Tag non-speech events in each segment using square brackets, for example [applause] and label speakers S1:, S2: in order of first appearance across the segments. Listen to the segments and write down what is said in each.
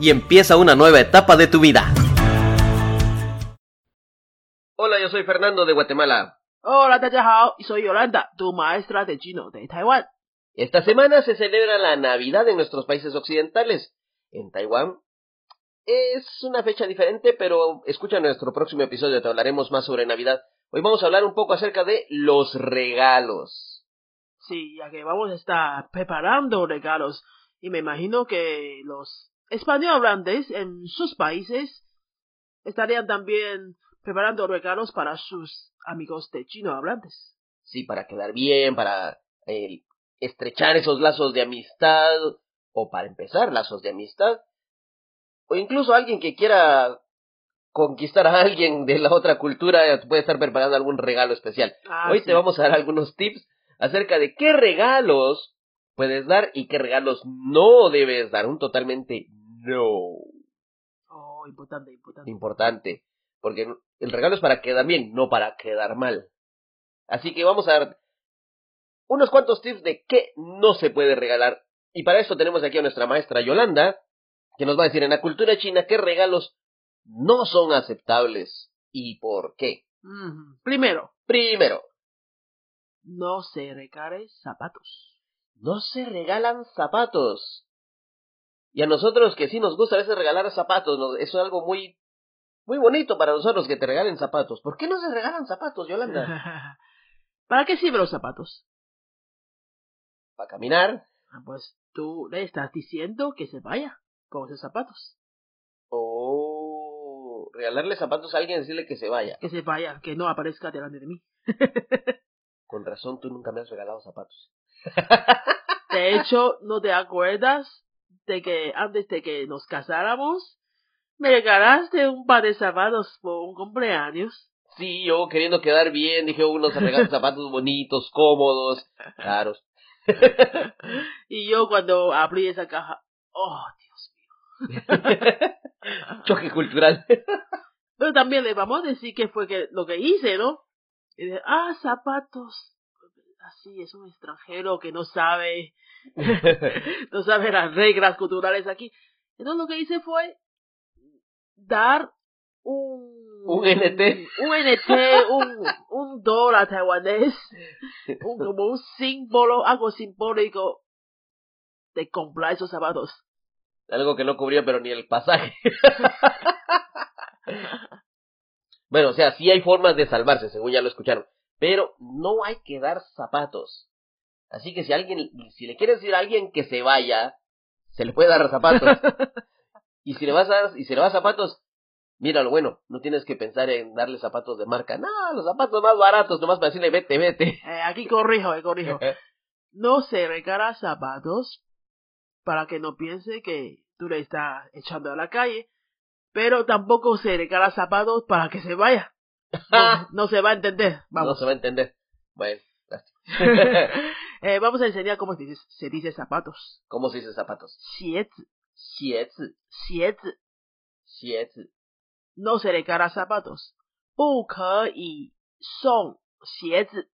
S1: y empieza una nueva etapa de tu vida. Hola, yo soy Fernando de Guatemala.
S2: Hola, Hao, y soy Yolanda, tu maestra de chino de Taiwán.
S1: Esta semana se celebra la Navidad en nuestros países occidentales. En Taiwán es una fecha diferente, pero escucha nuestro próximo episodio, te hablaremos más sobre Navidad. Hoy vamos a hablar un poco acerca de los regalos.
S2: Sí, ya que vamos a estar preparando regalos. Y me imagino que los español hablantes en sus países estarían también preparando regalos para sus amigos de chino hablantes.
S1: Sí, para quedar bien, para eh, estrechar esos lazos de amistad o para empezar lazos de amistad. O incluso alguien que quiera conquistar a alguien de la otra cultura puede estar preparando algún regalo especial. Ah, Hoy sí. te vamos a dar algunos tips acerca de qué regalos puedes dar y qué regalos no debes dar. Un totalmente no.
S2: Oh, importante, importante.
S1: Importante. Porque el regalo es para quedar bien, no para quedar mal. Así que vamos a dar unos cuantos tips de qué no se puede regalar. Y para eso tenemos aquí a nuestra maestra Yolanda, que nos va a decir en la cultura china qué regalos no son aceptables y por qué.
S2: Mm, primero.
S1: Primero.
S2: No se regale zapatos.
S1: No se regalan zapatos. Y a nosotros que sí nos gusta a veces regalar zapatos, ¿no? eso es algo muy muy bonito para nosotros que te regalen zapatos. ¿Por qué no se regalan zapatos, Yolanda?
S2: [laughs] ¿Para qué sirven los zapatos?
S1: Para caminar.
S2: Ah, pues tú le estás diciendo que se vaya con esos zapatos.
S1: Oh, regalarle zapatos a alguien y decirle que se vaya.
S2: Que se vaya, que no aparezca delante de mí.
S1: Con razón tú nunca me has regalado zapatos.
S2: De hecho, ¿no te acuerdas de que antes de que nos casáramos, me regalaste un par de zapatos por un cumpleaños.
S1: Sí, yo queriendo quedar bien, dije unos regalos zapatos bonitos, cómodos, caros.
S2: y yo cuando abrí esa caja, oh Dios mío.
S1: Choque cultural.
S2: Pero también le vamos a decir que fue que lo que hice, ¿no? Y dije, ah, zapatos. Así es un extranjero que no sabe no sabe las reglas culturales aquí. Entonces lo que hice fue dar un...
S1: Un NT.
S2: Un, un NT, un, un dólar taiwanés, un, como un símbolo, algo simbólico de comprar esos zapatos.
S1: Algo que no cubría pero ni el pasaje. bueno, o sea, sí hay formas de salvarse, según ya lo escucharon, pero no hay que dar zapatos. Así que si alguien, si le quieres decir a alguien que se vaya, se le puede dar zapatos. y si le vas a dar, y si le vas a zapatos, míralo bueno, no tienes que pensar en darle zapatos de marca. No, los zapatos más baratos, nomás para decirle vete, vete.
S2: Eh, aquí corrijo, eh,
S1: [laughs]
S2: corrijo. No se regala zapatos para que no piense que tú le estás echando a la calle, pero tampoco se regala zapatos para que se vaya.
S1: [laughs]
S2: No, no se va a entender. Vamos.
S1: No se va a entender. Bueno. [laughs]
S2: eh, vamos a enseñar cómo se dice, se dice zapatos.
S1: ¿Cómo se dice zapatos?
S2: Siete.
S1: Siete.
S2: Siete.
S1: Siete.
S2: No se regala zapatos. 不可以送鞋子。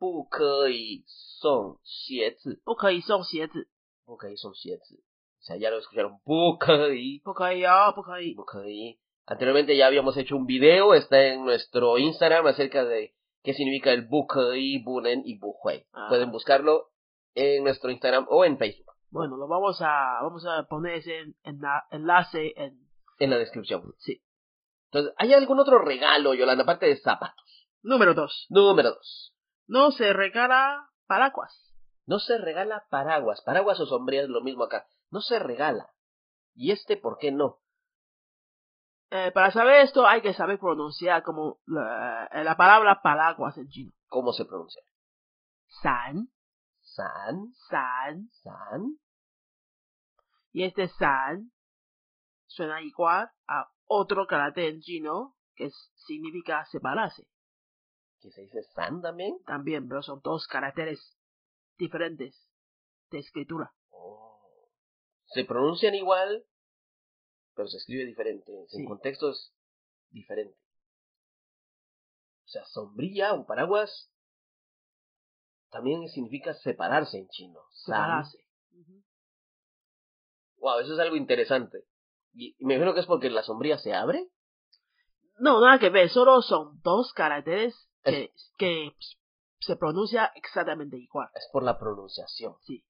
S1: 不可以送鞋子。
S2: 不可以送鞋子。
S1: 不可以送鞋子。O sea, ya lo escucharon. 不可以。
S2: 不可以哦，不可以。
S1: 不可以。Anteriormente ya habíamos hecho un video, está en nuestro Instagram acerca de que significa el Bukei, Bunen y Buhuei. Ah. Pueden buscarlo en nuestro Instagram o en Facebook.
S2: Bueno, lo vamos a, vamos a poner ese en, en la, enlace en...
S1: en la descripción.
S2: Sí.
S1: Entonces, ¿hay algún otro regalo, Yolanda, aparte de zapatos?
S2: Número dos.
S1: Número dos.
S2: No se regala paraguas.
S1: No se regala paraguas. Paraguas o sombrías, lo mismo acá. No se regala. ¿Y este por qué no?
S2: Eh, para saber esto hay que saber pronunciar como la, la palabra paraguas en chino.
S1: ¿Cómo se pronuncia?
S2: San.
S1: San.
S2: San.
S1: San.
S2: Y este san suena igual a otro karate en chino que es- significa separarse
S1: que se dice San también.
S2: también, pero son dos caracteres diferentes de escritura.
S1: Oh. Se pronuncian igual, pero se escribe diferente,
S2: Sí.
S1: en contextos diferentes. O sea, sombrilla o paraguas también significa separarse en chino. San.
S2: Separarse. Ujú.
S1: Wow, eso es algo interesante. Y y me imagino que es porque la sombrilla se abre.
S2: No, nada que ver, solo son dos caracteres que, que se pronuncia exactamente igual.
S1: es por la pronunciación.
S2: [laughs] Sí.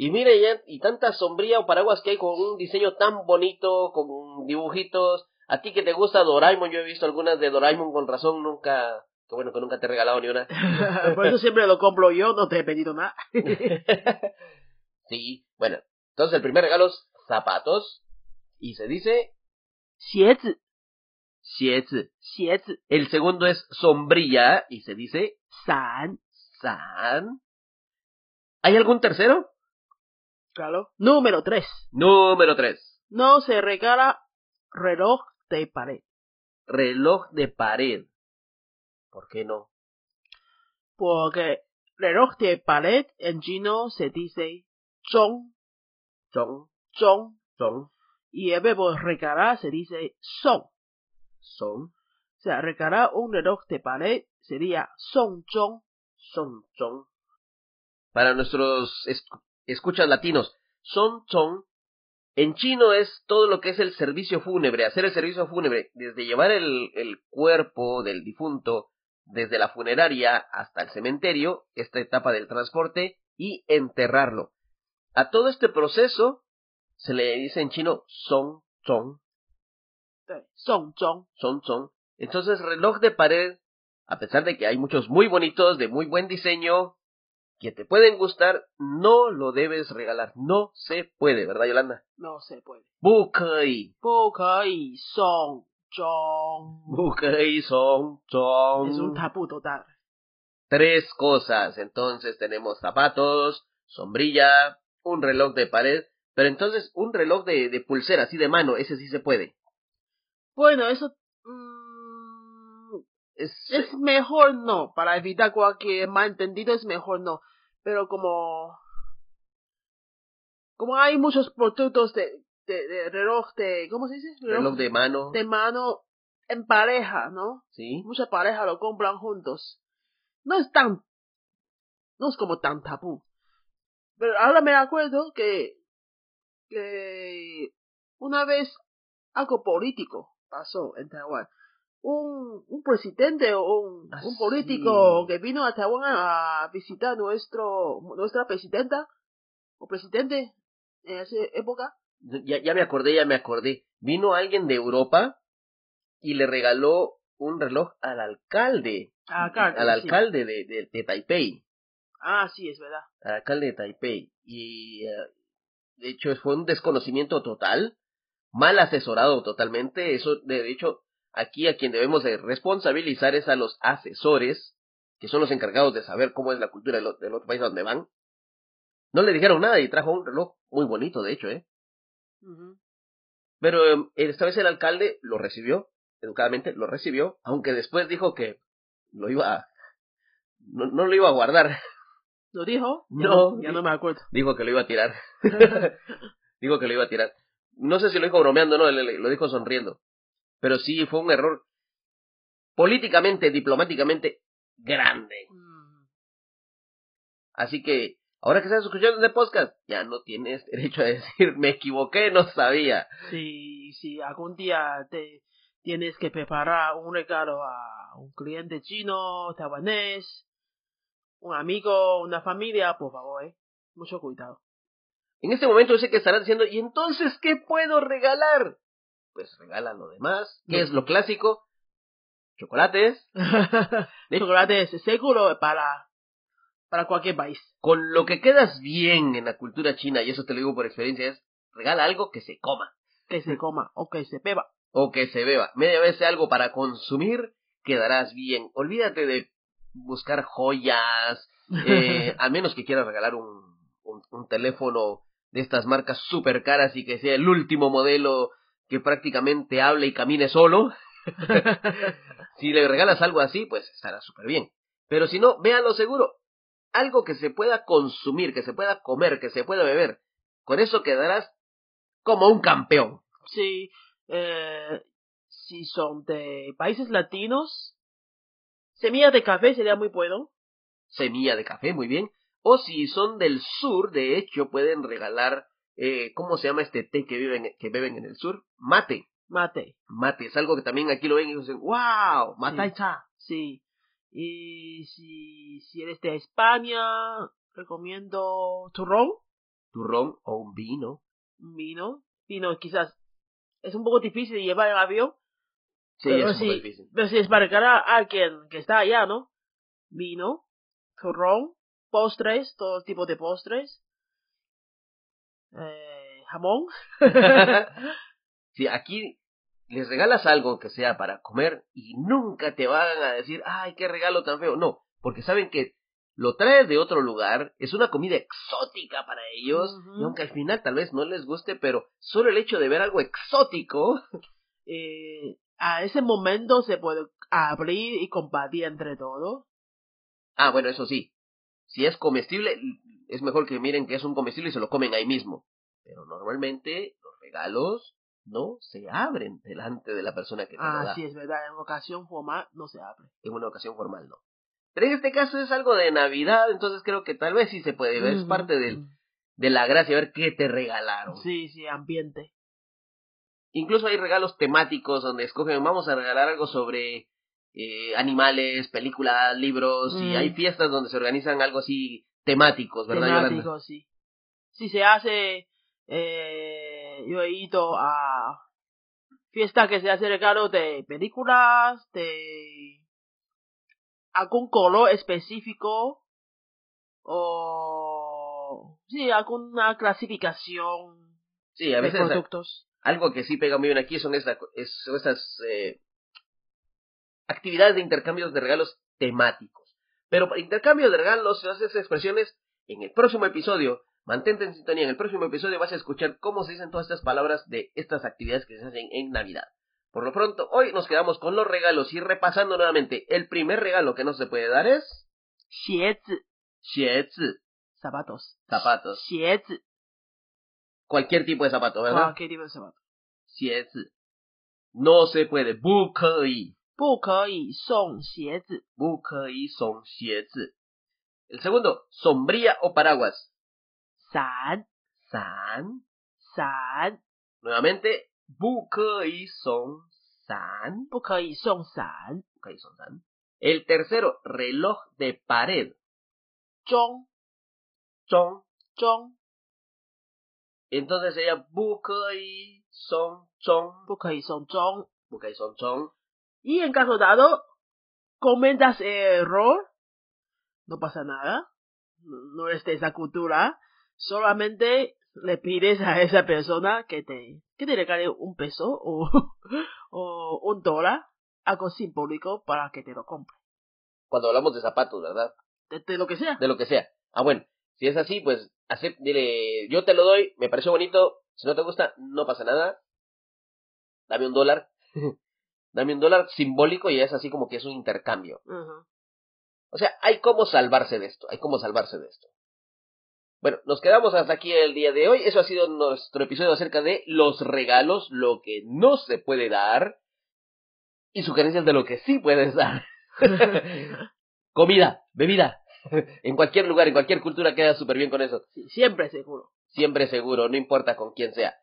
S1: Y mire, ya, y tanta sombría o paraguas que hay con un diseño tan bonito, con dibujitos. A ti que te gusta Doraemon, yo he visto algunas de Doraemon con razón, nunca, que bueno que nunca te he regalado ni una. [laughs]
S2: Por eso siempre lo compro yo, no te he pedido nada.
S1: sí, bueno, entonces el primer regalo es zapatos, y se dice
S2: 鞋子,
S1: siete.
S2: 鞋子,
S1: El segundo es sombrilla, y se dice
S2: 伞,
S1: san. ¿Hay algún tercero?
S2: claro. Número 3.
S1: Número tres.
S2: No se regala reloj de pared.
S1: reloj de pared. ¿Por qué no?
S2: Porque reloj de pared en chino se dice zhong,
S1: Son,
S2: zhong.
S1: son,
S2: Y el verbo regalar se dice song. O
S1: son,
S2: sea, regalar un reloj de pared sería song zhong.
S1: son, son. Para nuestros es- escuchas latinos, son, son. En chino es todo lo que es el servicio fúnebre, hacer el servicio fúnebre, desde llevar el, el cuerpo del difunto desde la funeraria hasta el cementerio, esta etapa del transporte, y enterrarlo. A todo este proceso se le dice en chino son, son,
S2: eh, Song zhong.
S1: son, son. Entonces, reloj de pared, a pesar de que hay muchos muy bonitos, de muy buen diseño, que te pueden gustar, no lo debes regalar. No se puede, ¿verdad, Yolanda?
S2: No se puede.
S1: Bukei.
S2: 不可以 song zhong.
S1: Bukei son, son.
S2: Es un tabú total.
S1: Tres cosas. Entonces, tenemos zapatos, sombrilla, un reloj de pared. Pero entonces, un reloj de, de pulsera, así de mano, ese sí se puede.
S2: Bueno, eso mm,
S1: Es,
S2: es mejor no, para evitar cualquier malentendido es mejor no, pero como como hay muchos productos de, de, de reloj de, ¿cómo se dice?
S1: reloj de mano.
S2: de mano en pareja, ¿no?
S1: Sí.
S2: Muchas parejas lo compran juntos. No es tan, no es como tan tabú. Pero ahora me acuerdo que, que una vez algo político pasó en Taiwán. Un, un presidente o un,
S1: Ah,
S2: un político
S1: sí.
S2: que vino a Taiwán a visitar nuestro, nuestra presidenta o presidente en esa época.
S1: Ya, ya me acordé, ya me acordé. Vino alguien de Europa y le regaló un reloj al alcalde. al
S2: sí.
S1: alcalde de, de, de Taipei.
S2: Ah, sí, es verdad.
S1: Al alcalde de Taipei. Y eh, de hecho fue un desconocimiento total, mal asesorado totalmente. Eso, de hecho, aquí a quien debemos de responsabilizar es a los asesores, que son los encargados de saber cómo es la cultura del, o- del otro país a donde van. No le dijeron nada y trajo un reloj muy bonito, de hecho, ¿eh?
S2: Ujú.
S1: Pero em, esta vez el alcalde lo recibió, educadamente lo recibió, aunque después dijo que lo iba a- no, no lo iba a guardar, [laughs]
S2: ¿Lo dijo? Ya
S1: No.
S2: Ya no me acuerdo.
S1: dijo que lo iba a tirar. [laughs] dijo que lo iba a tirar. No sé si lo dijo bromeando o no, le- le- lo dijo sonriendo. Pero sí, fue un error políticamente, diplomáticamente grande.
S2: Mm.
S1: Así que, ahora que estás escuchando este podcast, ya no tienes [laughs] derecho a decir, me equivoqué, no sabía.
S2: si, si algún día te tienes que preparar un regalo a un cliente chino, taiwanés, un amigo, una familia, por favor, eh, mucho cuidado.
S1: En este momento yo sé que estarán diciendo, ¿y entonces qué puedo regalar? Pues regala lo demás. ¿Qué
S2: No.
S1: es lo clásico? Chocolates.
S2: Chocolate es seguro para, para cualquier país.
S1: Con lo que quedas bien en la cultura china, y eso te lo digo por experiencia, es regala algo que se coma
S2: Que se coma o que se beba.
S1: o que se beba. Media vez sea algo para consumir, quedarás bien. Olvídate de Eh, buscar joyas, eh, a menos que quieras regalar un, un, un teléfono de estas marcas súper caras y que sea el último modelo que prácticamente hable y camine solo. si le regalas algo así, pues estará súper bien. Pero si no, véanlo seguro. Algo que se pueda consumir, que se pueda comer, que se pueda beber. Con eso quedarás como un campeón.
S2: [laughs] Sí, eh, si son de países latinos, semillas de café sería muy bueno.
S1: Semilla de café, muy bien. O si son del sur, de hecho, pueden regalar, eh, ¿cómo se llama este té que, viven, que beben en el sur? Mate.
S2: Mate,
S1: Mate, es algo que también aquí lo ven y dicen, wow, mate cha.
S2: sí. Y si, si eres de España, recomiendo turrón,
S1: Turrón o un vino.
S2: vino. Vino quizás es un poco difícil de llevar en avión,
S1: Sí,
S2: Pero
S1: es
S2: sí.
S1: súper difícil. [laughs]
S2: Pero si es para cara a alguien que está allá, ¿no? Vino, turrón, postres, todo tipo de postres, eh, jamón.
S1: Si aquí les regalas algo que sea para comer y nunca te van a decir, ay, qué regalo tan feo. No, porque saben que lo traes de otro lugar, es una comida exótica para ellos,
S2: Ujú.
S1: y aunque al final tal vez no les guste, pero solo el hecho de ver algo exótico,
S2: Eh, a ese momento se puede abrir y compartir entre todos.
S1: ah, bueno, eso sí, si es comestible, es mejor que miren que es un comestible y se lo comen ahí mismo. Pero normalmente los regalos no se abren delante de la persona que te lo da.
S2: Ah, sí, es verdad, en ocasión formal no se abre.
S1: en una ocasión formal, no. Pero en este caso es algo de Navidad, entonces creo que tal vez sí se puede ver, es
S2: Ujú.
S1: parte del, de la gracia ver qué te regalaron.
S2: Sí, sí, ambiente.
S1: Incluso hay regalos temáticos donde escogen, vamos a regalar algo sobre eh, animales, películas, libros, y
S2: Mm.
S1: hay fiestas donde se organizan algo así temáticos, ¿verdad, Yolanda?
S2: Temático, sí. Si se hace, eh, yo he ido a fiestas que se hace regalo de películas, de algún color específico, o sí, alguna clasificación
S1: Sí, a
S2: de
S1: veces
S2: productos.
S1: algo que sí pega muy bien aquí son estas, son estas eh, actividades de intercambios de regalos temáticos. Pero para intercambios de regalos, todas esas expresiones, en el próximo episodio, mantente en sintonía, en el próximo episodio vas a escuchar cómo se dicen todas estas palabras de estas actividades que se hacen en Navidad. Por lo pronto, hoy nos quedamos con los regalos y repasando nuevamente, el primer regalo que no se puede dar es...
S2: 鞋子,
S1: Xiezi,
S2: zapatos.
S1: zapatos.
S2: 鞋子,
S1: Cualquier tipo de zapato, ¿verdad?
S2: cualquier tipo de zapatos.
S1: Xiezi. No se puede. Bu y
S2: 不可以送鞋子,
S1: 不可以送鞋子. El segundo, sombrilla o paraguas.
S2: 伞,
S1: 伞.
S2: 伞,
S1: Nuevamente, 不可以送伞.
S2: 不可以送伞,
S1: 不可以送伞. El tercero, reloj de pared.
S2: 钟,
S1: 钟.
S2: 钟
S1: Entonces sería 不可以送钟.
S2: 不可以送钟。
S1: 不可以送钟.
S2: Y en caso dado, comentas el error, no pasa nada, no, no es de esa cultura, solamente le pides a esa persona que te, que te regale un peso o, [laughs] o un dólar, algo simbólico para que te lo compre,
S1: Cuando hablamos de zapatos, ¿verdad?
S2: de, de lo que sea.
S1: De lo que sea. Ah, bueno. Si es así, pues, acep- dile, yo te lo doy, me pareció bonito. Si no te gusta, no pasa nada. Dame un dólar. dame un dólar simbólico y es así como que es un intercambio.
S2: Ujú.
S1: O sea, hay cómo salvarse de esto, hay cómo salvarse de esto. Bueno, nos quedamos hasta aquí el día de hoy. Eso ha sido nuestro episodio acerca de los regalos, lo que no se puede dar y sugerencias de lo que sí puedes dar. [laughs] Comida, bebida. en cualquier lugar, en cualquier cultura queda súper bien con eso
S2: Sí, siempre seguro.
S1: siempre seguro, no importa con quién sea.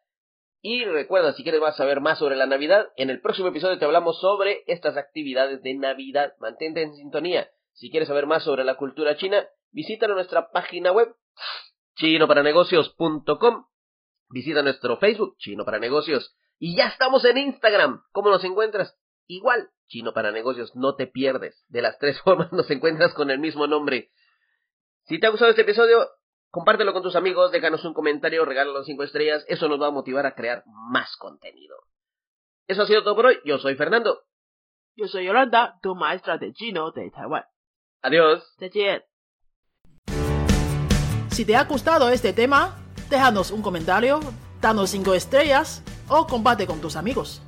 S1: Y recuerda, si quieres más saber más sobre la Navidad, en el próximo episodio te hablamos sobre estas actividades de Navidad. Mantente en sintonía. Si quieres saber más sobre la cultura china, visita nuestra página web chinoparanegocios.com. Visita nuestro Facebook, Chino para Negocios. Y ya estamos en Instagram. ¿Cómo nos encuentras? Igual, Chino para Negocios, no te pierdes. De las tres [laughs] formas nos encuentras con el mismo nombre. Si te ha gustado este episodio, Compártelo con tus amigos, déjanos un comentario, regálanos 5 estrellas, eso nos va a motivar a crear más contenido. Eso ha sido todo por hoy, yo soy Fernando.
S2: Yo soy Yolanda, tu maestra de chino de Taiwán.
S1: Adiós.
S2: Si te ha gustado este tema, déjanos un comentario, danos 5 estrellas o comparte con tus amigos.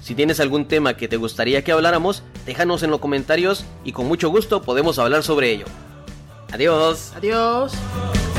S1: Si tienes algún tema que te gustaría que habláramos, déjanos en los comentarios y con mucho gusto podemos hablar sobre ello. Adiós.
S2: Adiós.